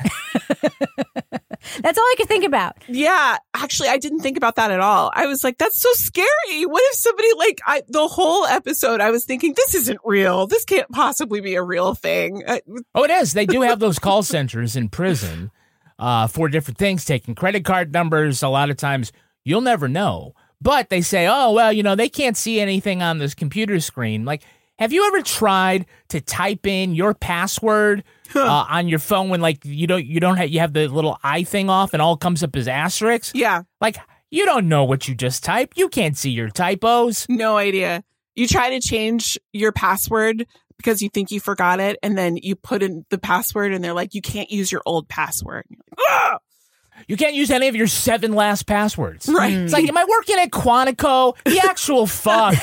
H: That's all I could think about.
J: Yeah, actually, I didn't think about that at all. I was like, that's so scary. What if somebody like I, the whole episode? I was thinking this isn't real. This can't possibly be a real thing. Uh, I,
C: Oh, it is. They do have those call centers in prison uh, for different things, taking credit card numbers. A lot of times you'll never know. But they say, oh, well, you know, they can't see anything on this computer screen. Like, have you ever tried to type in your password uh, on your phone when, like, you don't, you don't have, you have the little eye thing off and all comes up as asterisks?
J: Yeah.
C: Like, You don't know what you just typed. You can't see your typos.
J: No idea. You try to change your password because you think you forgot it, and then you put in the password, and they're like, "You can't use your old password."
C: You can't use any of your seven last passwords.
J: Right.
C: It's like, am I working at Quantico? The actual fuck.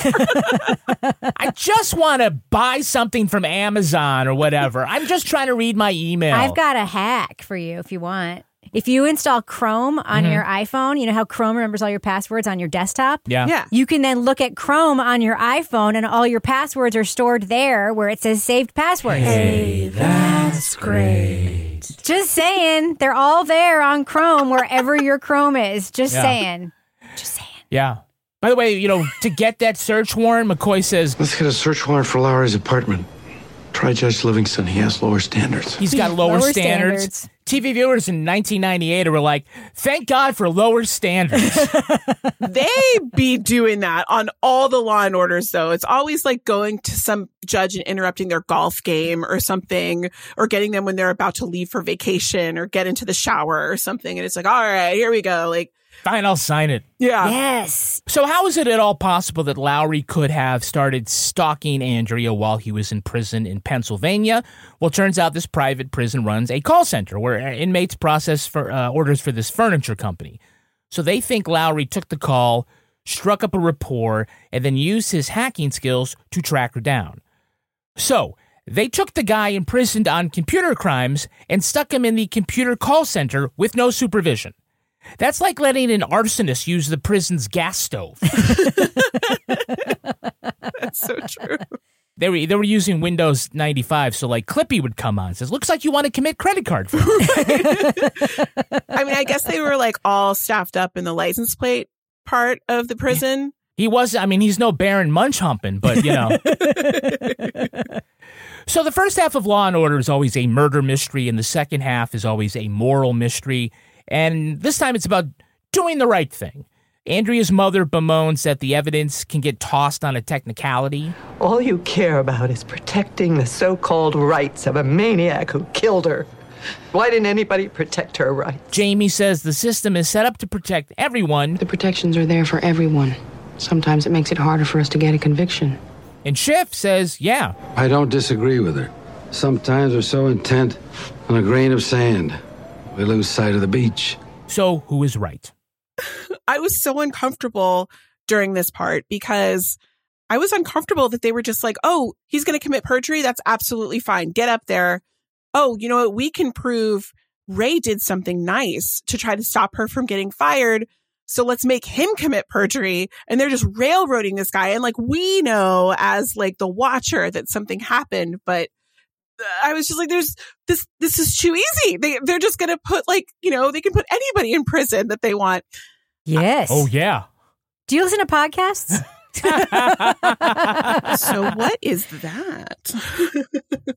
C: I just want to buy something from Amazon or whatever. I'm just trying to read my email.
H: I've got a hack for you if you want. If you install Chrome on
C: Mhm.
H: your iPhone, you know how Chrome remembers all your passwords on your desktop?
C: Yeah. Yeah.
H: You can then look at Chrome on your iPhone and all your passwords are stored there where it says saved passwords.
D: Hey, that's great.
H: Just saying, they're all there on Chrome wherever your Chrome is. Just
C: Yeah.
H: saying.
C: Yeah. By the way, you know, to get that search warrant, McCoy says
K: Let's get a search warrant for Lowry's apartment. Try Judge Livingston. He has lower standards.
C: he's got lower, standards. TV viewers in 1998 were like, thank God for lower standards.
J: they be doing that on all the Law and Orders, though. It's always like going to some judge and interrupting their golf game or something, or getting them when they're about to leave for vacation or get into the shower or something. And it's like, all right, here we go. Like,
C: Fine, I'll sign it.
J: Yeah.
H: Yes.
C: So, how is it at all possible that Lowry could have started stalking Andrea while he was in prison in Pennsylvania? Well, turns out this private prison runs a call center where uh, inmates process for, uh, orders for this furniture company. So, they think Lowry took the call, struck up a rapport, and then used his hacking skills to track her down. So, they took the guy imprisoned on computer crimes and stuck him in the computer call center with no supervision. That's like letting an arsonist use the prison's gas stove.
J: That's so true.
C: They were, they were using Windows 95, so like Clippy would come on and says, Looks like you want to commit credit card fraud.
J: I mean, I guess they were like all staffed up in the license plate part of the prison.
C: He was, I mean, he's no Baron Munch humping, but you know. so the first half of Law and Order is always a murder mystery, and the second half is always a moral mystery. And this time it's about doing the right thing. Andrea's mother bemoans that the evidence can get tossed on a technicality.
R: All you care about is protecting the so called rights of a maniac who killed her. Why didn't anybody protect her rights?
C: Jamie says the system is set up to protect everyone.
S: The protections are there for everyone. Sometimes it makes it harder for us to get a conviction.
C: And Schiff says, yeah.
T: I don't disagree with her. Sometimes we're so intent on a grain of sand, we lose sight of the beach.
C: So, who is right?
J: I was so uncomfortable during this part because I was uncomfortable that they were just like, oh, he's going to commit perjury. That's absolutely fine. Get up there. Oh, you know what? We can prove Ray did something nice to try to stop her from getting fired. So let's make him commit perjury. And they're just railroading this guy. And like, we know as like the watcher that something happened, but uh, I was just like, there's this, this is too easy. They, they're just going to put like, you know, they can put anybody in prison that they want.
H: Yes.
C: Oh, yeah.
H: Do you listen to podcasts?
J: so what is that?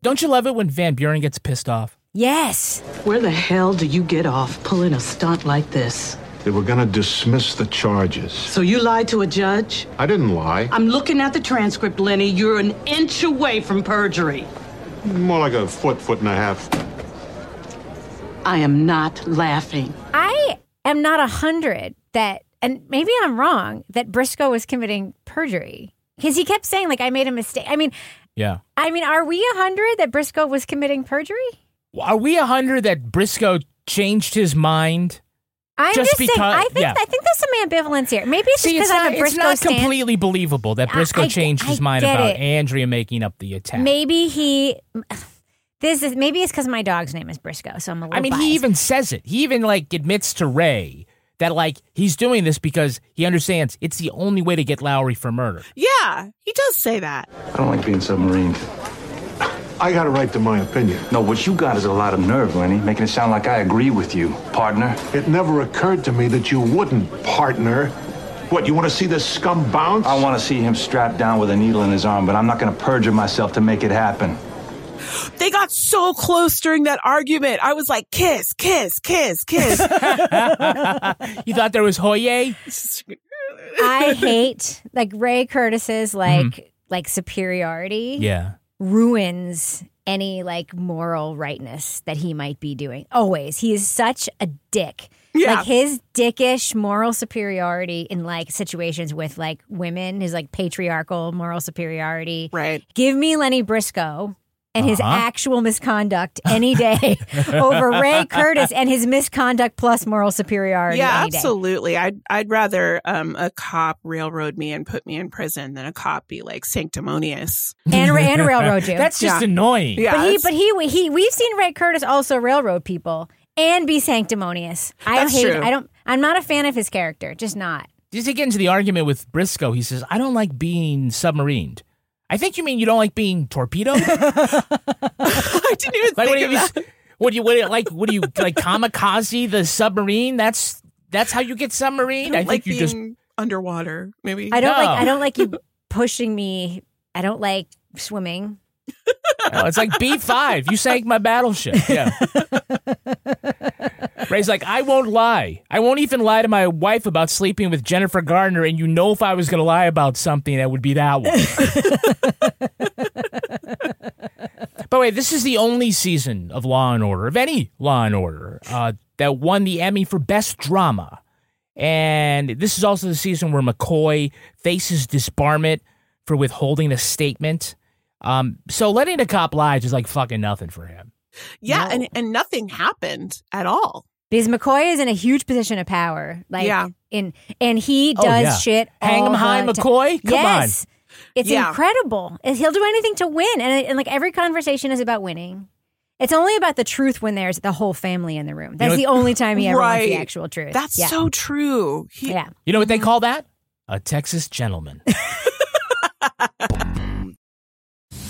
C: Don't you love it when Van Buren gets pissed off?
H: Yes.
U: Where the hell do you get off pulling a stunt like this?
P: They were going to dismiss the charges.
U: So you lied to a judge?
P: I didn't lie.
U: I'm looking at the transcript, Lenny. You're an inch away from perjury.
P: More like a foot, foot and a half.
U: I am not laughing.
H: I am not a hundred that, and maybe I'm wrong that Briscoe was committing perjury because he kept saying like I made a mistake. I mean,
C: Yeah.
H: I mean, are we a hundred that Briscoe was committing perjury?
C: Are we 100 that Briscoe changed his mind?
H: I'm
C: Just
H: just,
C: because-
H: saying. I think
C: yeah.
H: I think there's some ambivalence here. Maybe it's
C: See, it's
H: just because I'm
C: not,
H: a
C: it's
H: Briscoe
C: not
H: stan.
C: completely believable that
H: I-
C: Briscoe
H: I-
C: changed his
H: I
C: mind
H: get
C: about
H: it.
C: Andrea making up the attack.
H: Maybe he. This is maybe it's because my dog's name is Briscoe, so I'm a little.
C: I mean,
H: biased.
C: he even says it. He even like admits to Ray that like he's doing this because he understands it's the only way to get Lowry for murder.
J: Yeah, he does say that.
O: I don't like being submarined. I got a right to my opinion. No, what you got is a lot of nerve, Lenny, making it sound like I agree with you, partner.
P: It never occurred to me that you wouldn't, partner. What, you want to see this scum bounce?
O: I want to see him strapped down with a needle in his arm, but I'm not going to perjure myself to make it happen.
J: They got so close during that argument. I was like, kiss, kiss, kiss, kiss.
C: you thought there was Hoye?
H: I hate like Ray Curtis's like like superiority.
C: Yeah.
H: ruins any like moral rightness that he might be doing. Always. He is such a dick
J: Yeah.
H: Like his dickish moral superiority in like situations with like women, his like patriarchal moral superiority.
J: Right.
H: Give me Lenny Briscoe and his
J: Uh-huh.
H: actual misconduct any day over Ray Curtis and his misconduct plus moral superiority.
J: yeah,
H: any day.
J: absolutely. I'd I'd rather um, a cop railroad me and put me in prison than a cop be like sanctimonious
H: And, ra- and railroad you.
J: That's just Yeah. annoying. Yeah,
H: but he,
J: that's-
H: but he, he, we've seen Ray Curtis also railroad people and be sanctimonious. I
C: That's
H: hate.
C: true.
H: I don't. I'm not a fan of his character. Just not.
C: Does he get into the argument with Briscoe? He says, I don't like being submarined. I think you mean you don't like being torpedoed?
J: I didn't even
C: like, think what do you, What do you, what do you- like, what do you, like kamikaze the submarine? That's, that's how you get submarined? I, think
J: like
C: you
J: being
C: just,
J: underwater. Maybe
H: I don't like. I don't like you pushing me. I don't like swimming.
C: oh, it's like B5. You sank my battleship. Yeah. Ray's like, I won't lie. I won't even lie to my wife about sleeping with Jennifer Gardner. And you know, if I was going to lie about something, that would be that one. By the way, this is the only season of Law and Order, of any Law and Order, uh, that won the Emmy for Best Drama. And this is also the season where McCoy faces disbarment for withholding a statement. Um, so letting a cop lie is just like fucking nothing for him.
J: Yeah, and and nothing happened at all.
H: Because McCoy is in a huge position of power. Like
J: Yeah.
H: in and he
J: Oh,
H: does
J: yeah.
H: shit.
J: Hang
H: all
J: him
H: the
J: high,
H: ti-
J: McCoy? Come
H: yes.
J: on.
H: It's
J: Yeah.
H: incredible. And He'll do anything to win. And, and like every conversation is about winning. It's only about the truth when there's the whole family in the room. That's
C: know-
H: the only time he ever wants the
C: Right.
H: actual truth.
C: That's
H: Yeah.
C: so
J: true. He-
H: yeah.
C: You know what they call that? A Texas gentleman.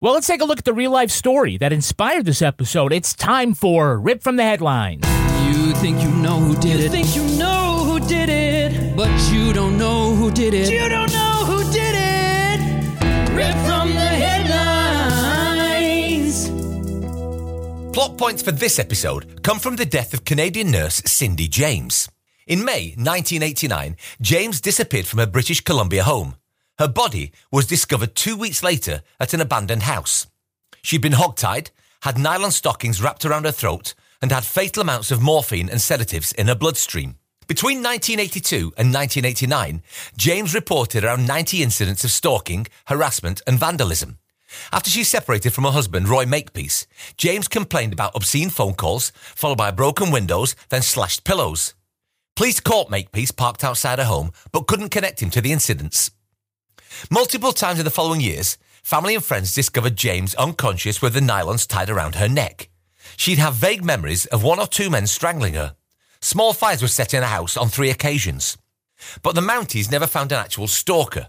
C: Well, let's take a look at the real life story that inspired this episode. It's time for Rip from the Headlines.
D: You think you know who did it. think you know who did it, but you don't know who did it. You don't know who did it. Rip from the headlines.
A: Plot points for this episode come from the death of Canadian nurse Cindy James. In May 1989, James disappeared from her British Columbia home. Her body was discovered two weeks later at an abandoned house. She'd been hogtied, had nylon stockings wrapped around her throat, and had fatal amounts of morphine and sedatives in her bloodstream. Between 1982 and 1989, James reported around 90 incidents of stalking, harassment, and vandalism. After she separated from her husband, Roy Makepeace, James complained about obscene phone calls, followed by broken windows, then slashed pillows. Police caught Makepeace parked outside her home, but couldn't connect him to the incidents. Multiple times in the following years, family and friends discovered James unconscious with the nylons tied around her neck. She'd have vague memories of one or two men strangling her. Small fires were set in her house on three occasions. But the Mounties never found an actual stalker.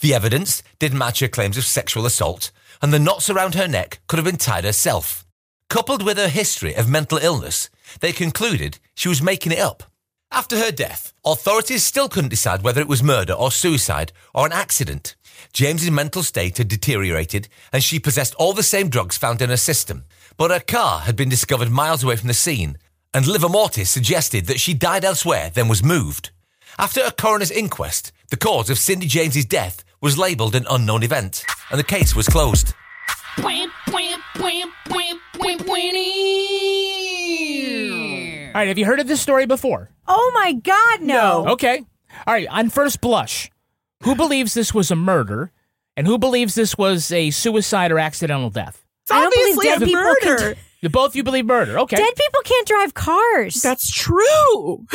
A: The evidence didn't match her claims of sexual assault, and the knots around her neck could have been tied herself. Coupled with her history of mental illness, they concluded she was making it up. After her death, authorities still couldn't decide whether it was murder or suicide or an accident. James's mental state had deteriorated and she possessed all the same drugs found in her system. But her car had been discovered miles away from the scene, and liver mortis suggested that she died elsewhere than was moved. After a coroner's inquest, the cause of Cindy James's death was labelled an unknown event, and the case was closed.
U: Bwam, bwam, bwam, bwam, bwam, bwam.
C: All right, have you heard of this story before?
H: Oh my God, no.
C: Okay. All right, on first blush, who believes this was a murder and who believes this was a suicide or accidental death?
J: It's obviously a murder.
C: You both you believe murder. Okay.
H: Dead people can't drive cars.
J: That's true.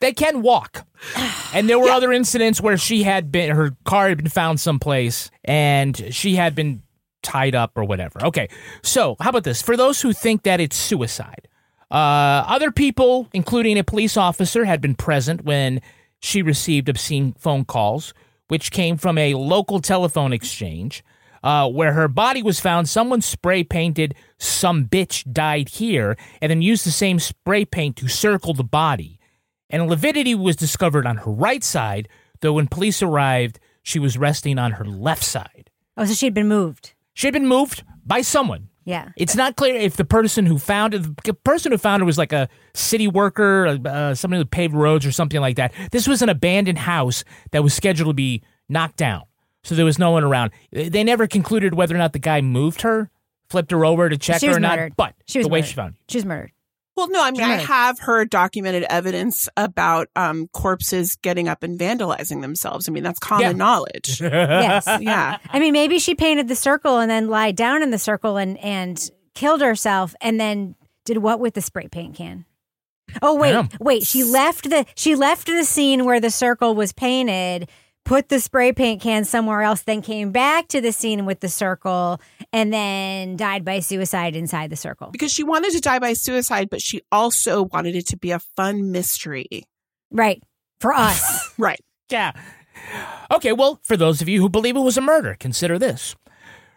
C: they can walk. And there were other incidents where she had been her car had been found someplace and she had been tied up or whatever. Okay. So, how about this? For those who think that it's suicide. Uh, other people, including a police officer, had been present when she received obscene phone calls, which came from a local telephone exchange uh, where her body was found. Someone spray painted, some bitch died here, and then used the same spray paint to circle the body. And lividity was discovered on her right side, though when police arrived, she was resting on her left side.
H: Oh, so she'd been moved.
C: She had been moved by someone.
H: Yeah.
C: It's not clear if the person who found it, the person who found it was like a city worker, uh, uh, somebody who paved roads or something like that. This was an abandoned house that was scheduled to be knocked down. So there was no one around. They never concluded whether or not the guy moved her, flipped her over to check
J: She
C: her
J: was
C: or not.
J: murdered.
C: But
J: She was
C: the way
J: murdered.
C: she found it.
H: She was murdered.
J: Well, no, I mean, I
H: Right.
J: have heard documented evidence about um, corpses getting up and vandalizing themselves. I mean, that's common
H: Yeah.
J: knowledge.
H: yes.
J: Yeah.
H: I mean, maybe she painted the circle and then lied down in the circle and and killed herself and then did what with the spray paint can? Oh
B: Damn.
H: wait, wait. She left the she left the scene where the circle was painted, put the spray paint can somewhere else, then came back to the scene with the circle and then died by suicide inside the circle.
J: Because she wanted to die by suicide, but she also wanted it to be a fun mystery.
H: Right. For us.
J: right.
C: Yeah. Okay, well, for those of you who believe it was a murder, consider this.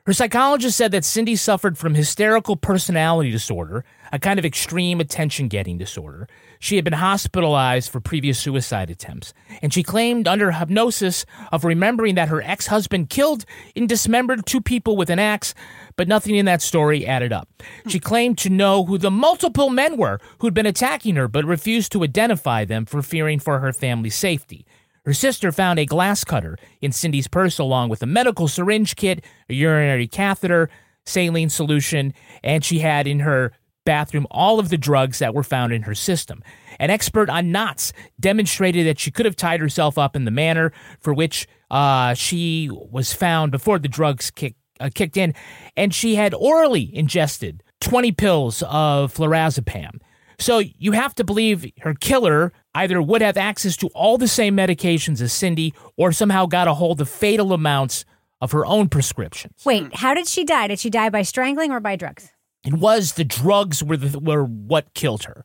C: Her psychologist said that Cindy suffered from hysterical personality disorder, a kind of extreme attention getting disorder. She had been hospitalized for previous suicide attempts, and she claimed under hypnosis of remembering that her ex husband killed and dismembered two people with an axe, but nothing in that story added up. She claimed to know who the multiple men were who'd been attacking her, but refused to identify them for fearing for her family's safety. Her sister found a glass cutter in Cindy's purse along with a medical syringe kit, a urinary catheter, saline solution, and she had in her bathroom all of the drugs that were found in her system. An expert on knots demonstrated that she could have tied herself up in the manner for which uh, she was found before the drugs kick, uh, kicked in, and she had orally ingested 20 pills of flurazepam. So you have to believe her killer either would have access to all the same medications as Cindy or somehow got a hold of fatal amounts of her own prescription.
H: Wait, how did she die? Did she die by strangling or by drugs?
C: It was the drugs were, the, were what killed her.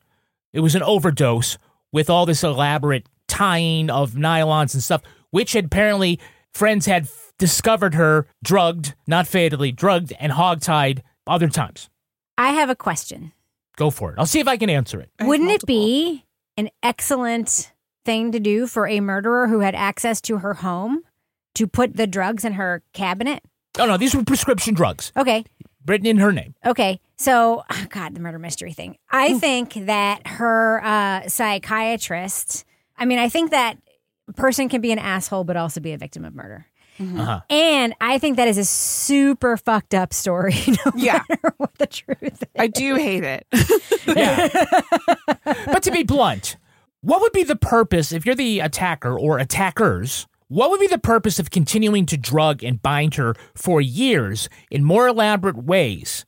C: It was an overdose with all this elaborate tying of nylons and stuff, which apparently friends had f- discovered her drugged, not fatally, drugged and hogtied other times.
H: I have a question.
C: Go for it. I'll see if I can answer it.
H: Wouldn't it be an excellent thing to do for a murderer who had access to her home to put the drugs in her cabinet?
C: Oh, no, these were prescription drugs
H: Okay.
C: written in her name.
H: Okay. So, oh God, the murder mystery thing. I think that her uh, psychiatrist, I mean, I think that person can be an asshole, but also be a victim of murder.
D: Uh-huh.
H: And I think that is a super fucked up story. No yeah. Matter what the truth is.
J: I do hate it.
C: but to be blunt, what would be the purpose if you're the attacker or attackers? What would be the purpose of continuing to drug and bind her for years in more elaborate ways?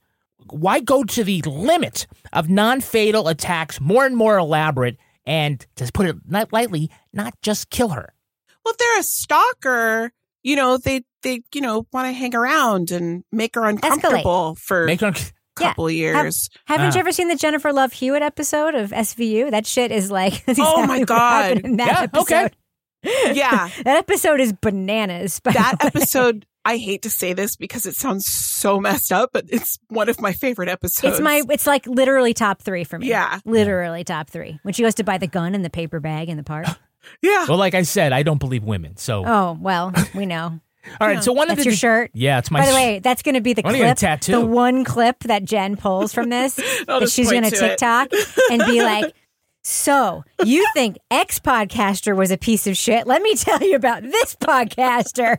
C: Why go to the limit of non fatal attacks, more and more elaborate, and to put it not lightly, not just kill her?
J: Well, if they're a stalker, you know, they, they, you know, want to hang around and make her uncomfortable for
C: Make her-
J: couple
H: Have-
J: years.
H: haven't
J: Ah.
H: you ever seen the Jennifer Love Hewitt episode of SVU? That shit is like, that's
J: Oh, my
H: exactly what
J: God.
H: happened In that
J: Yeah,
H: episode.
J: okay. Yeah.
H: that episode is bananas. But
J: that episode, I hate to say this because it sounds so messed up, but it's one of my favorite episodes.
H: it's my, it's like literally top three for me.
J: Yeah.
H: literally top three. When she goes to buy the gun and the paper bag in the park.
J: Yeah.
C: Well, like I said, I don't believe women. So,
H: Oh well, we know.
C: all right. So one of
H: that's
C: Oh, the
H: your shirt.
C: Yeah, it's my.
H: By the way, that's going to be the
C: I wanna
H: clip,
C: get a tattoo.
H: the one clip that Jen pulls from this that
D: just
H: she's
D: point
H: going to
D: to it.
H: TikTok and be like, "So you think X podcaster was a piece of shit? Let me tell you about this podcaster."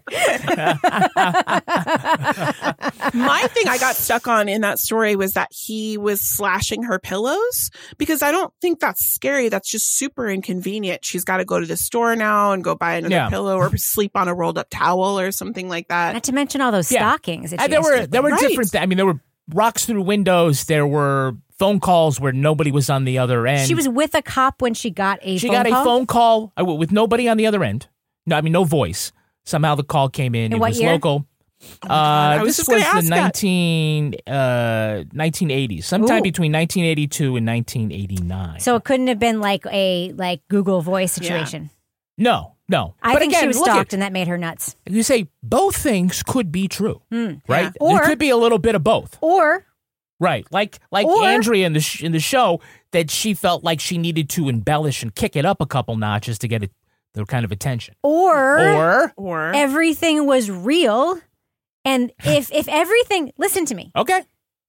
J: my thing I got stuck on in that story was that he was slashing her pillows because I don't think that's scary. That's just super inconvenient. She's got to go to the store now and go buy another
C: Yeah.
J: pillow or sleep on a rolled up towel or something like that.
H: Not to mention all those stockings. That
C: Uh,
H: she
C: there
H: has
C: were
H: to-
C: there were
J: Right.
C: different. Th- I mean, there were rocks through windows. There were phone calls where nobody was on the other end.
H: she was with a cop when she got a
C: She
H: phone
C: got a
H: call?
C: phone call uh, with nobody on the other end. No, I mean no voice. Somehow the call came in.
H: In
C: it
H: what
C: was
H: year? Oh
C: local.
H: God, I
C: uh,
H: was
C: this
H: just
C: was
H: gonna
C: the
H: ask that.
C: 19 uh 1980s, sometime
H: Ooh.
C: between 1982 and 1989.
H: So it couldn't have been like a like Google Voice situation.
C: No, no.
H: I
C: But
H: think
C: again,
H: she was
C: look
H: stalked,
C: at-
H: and that made her nuts.
C: You say both things could be true,
H: Mm.
C: right?
H: Yeah. Or-
C: there could be a little bit of both,
H: Or
C: right? Like like
H: Or-
C: Andrea in the sh- in the show that she felt like she needed to embellish and kick it up a couple notches to get it, the kind of attention.
H: or
C: Or-
J: Or-
H: everything was real and if if everything listen to me
C: okay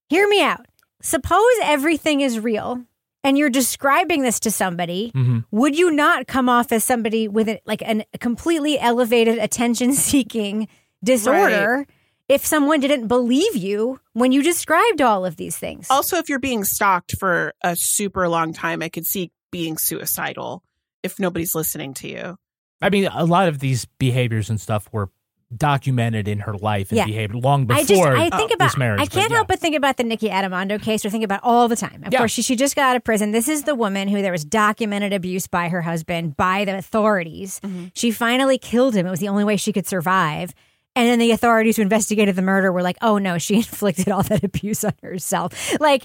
H: hear me out suppose everything is real and you're describing this to somebody
C: Mm-hmm.
D: Mhm.
H: would you not come off as somebody with a, like an, a completely elevated attention seeking disorder if someone didn't believe you when you described all of these things
C: Oh,
J: Also, if you're being stalked for a super long time, I could see being suicidal if nobody's listening to you.
C: I mean, a lot of these behaviors and stuff were documented in her life and
H: Yeah.
C: behavior long before uh,
H: I just I think
C: this
H: about
C: marriage.
H: I
C: but
H: can't
C: yeah.
H: help but think about the Nikki Adamondo case or think about all the time. Of
C: Yeah.
H: course, she she just got out of prison. This is the woman who there was documented abuse by her husband by the authorities. She finally killed him. It was the only way she could survive. And then the authorities who investigated the murder were like, "Oh no, she inflicted all that abuse on herself." Like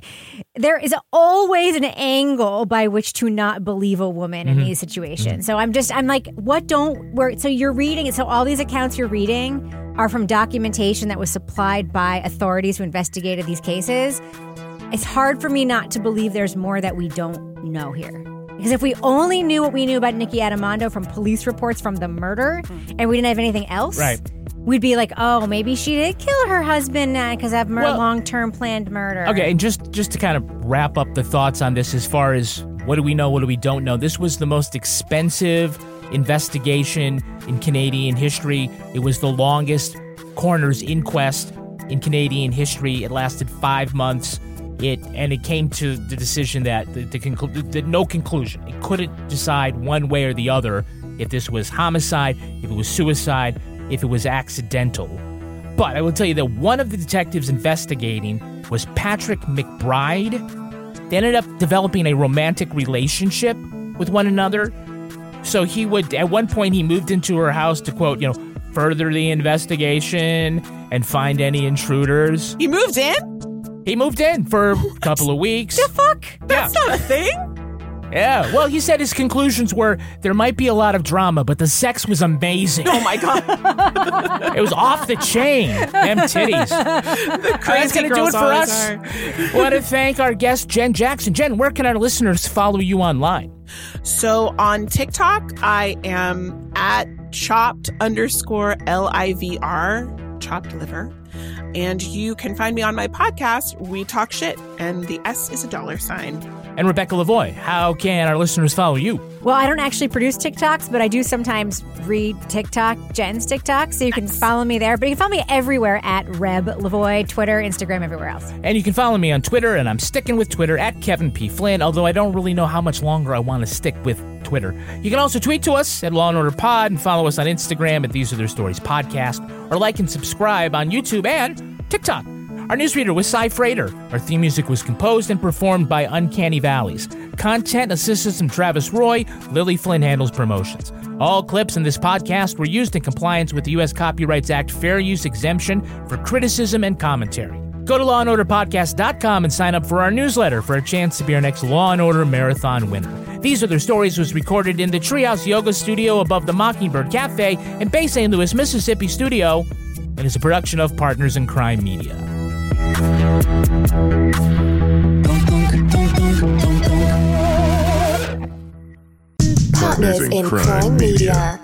H: there is always an angle by which to not believe a woman in
D: Mhm.
H: these situations. So I'm just I'm like, what don't where so you're reading so all these accounts you're reading are from documentation that was supplied by authorities who investigated these cases. It's hard for me not to believe there's more that we don't know here. Because if we only knew what we knew about Nikki Adamondo from police reports from the murder and we didn't have anything else,
D: Right.
H: we'd be like, oh, maybe she did kill her husband because of mur-
D: Well-
H: long term planned murder.
C: Okay, and just just to kind of wrap up the thoughts on this, as far as what do we know, what do we don't know, this was the most expensive investigation in Canadian history. It was the longest coroner's inquest in Canadian history. It lasted five months. It and it came to the decision that the, the, conclu- the no conclusion. It couldn't decide one way or the other if this was homicide, if it was suicide, if it was accidental. But I will tell you that one of the detectives investigating was Patrick McBride. They ended up developing a romantic relationship with one another. So he would, at one point, he moved into her house to quote, you know, further the investigation and find any intruders.
J: He moved in?
C: He moved in for a couple of weeks. The
H: fuck?
C: That's
J: not a thing?
C: Yeah. Well, he said his conclusions were there might be a lot of drama, but the sex was amazing.
J: Oh my god.
C: It was off the chain. Them titties.
J: crazy
C: That's gonna do it
J: girls
C: for
J: always
C: us.
J: are.
C: Want to thank our guest Jen Jackson. Jen, where can our listeners follow you online?
J: So on TikTok, I am at chopped underscore L I V R, chopped liver. And you can find me on my podcast, We Talk Shit, and the S is a dollar sign.
C: And Rebecca Lavoy, how can our listeners follow you?
H: Well, I don't actually produce TikToks, but I do sometimes read TikTok, Jen's TikTok, so you can follow me there. But you can follow me everywhere at Reb Lavoy, Twitter, Instagram, everywhere else.
C: And you can follow me on Twitter, and I'm sticking with Twitter at Kevin P. Flynn, although I don't really know how much longer I want to stick with Twitter. You can also tweet to us at Law and Order Pod and follow us on Instagram at These Are Their Stories Podcast, or like and subscribe on YouTube and TikTok. Our newsreader was Cy Frater. Our theme music was composed and performed by Uncanny Valleys. Content assistance from Travis Roy. Lily Flynn handles promotions. All clips in this podcast were used in compliance with the U.S. Copyrights Act fair use exemption for criticism and commentary. Go to lawandorderpodcast.com and sign up for our newsletter for a chance to be our next Law and Order Marathon winner. These Are Their Stories was recorded in the Treehouse Yoga Studio above the Mockingbird Cafe in Bay St. Louis, Mississippi studio and is a production of Partners in Crime Media.
I: Partners in Crime Media.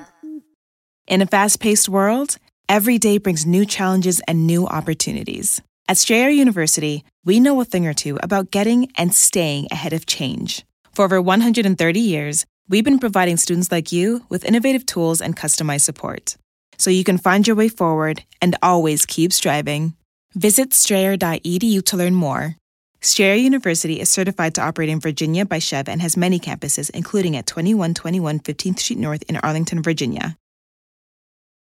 I: In a fast paced world, every day brings new challenges and new opportunities. At Strayer University, we know a thing or two about getting and staying ahead of change. For over 130 years, we've been providing students like you with innovative tools and customized support so you can find your way forward and always keep striving. Visit strayer.edu to learn more. Strayer University is certified to operate in Virginia by Chev and has many campuses, including at 2121 15th Street North in Arlington, Virginia.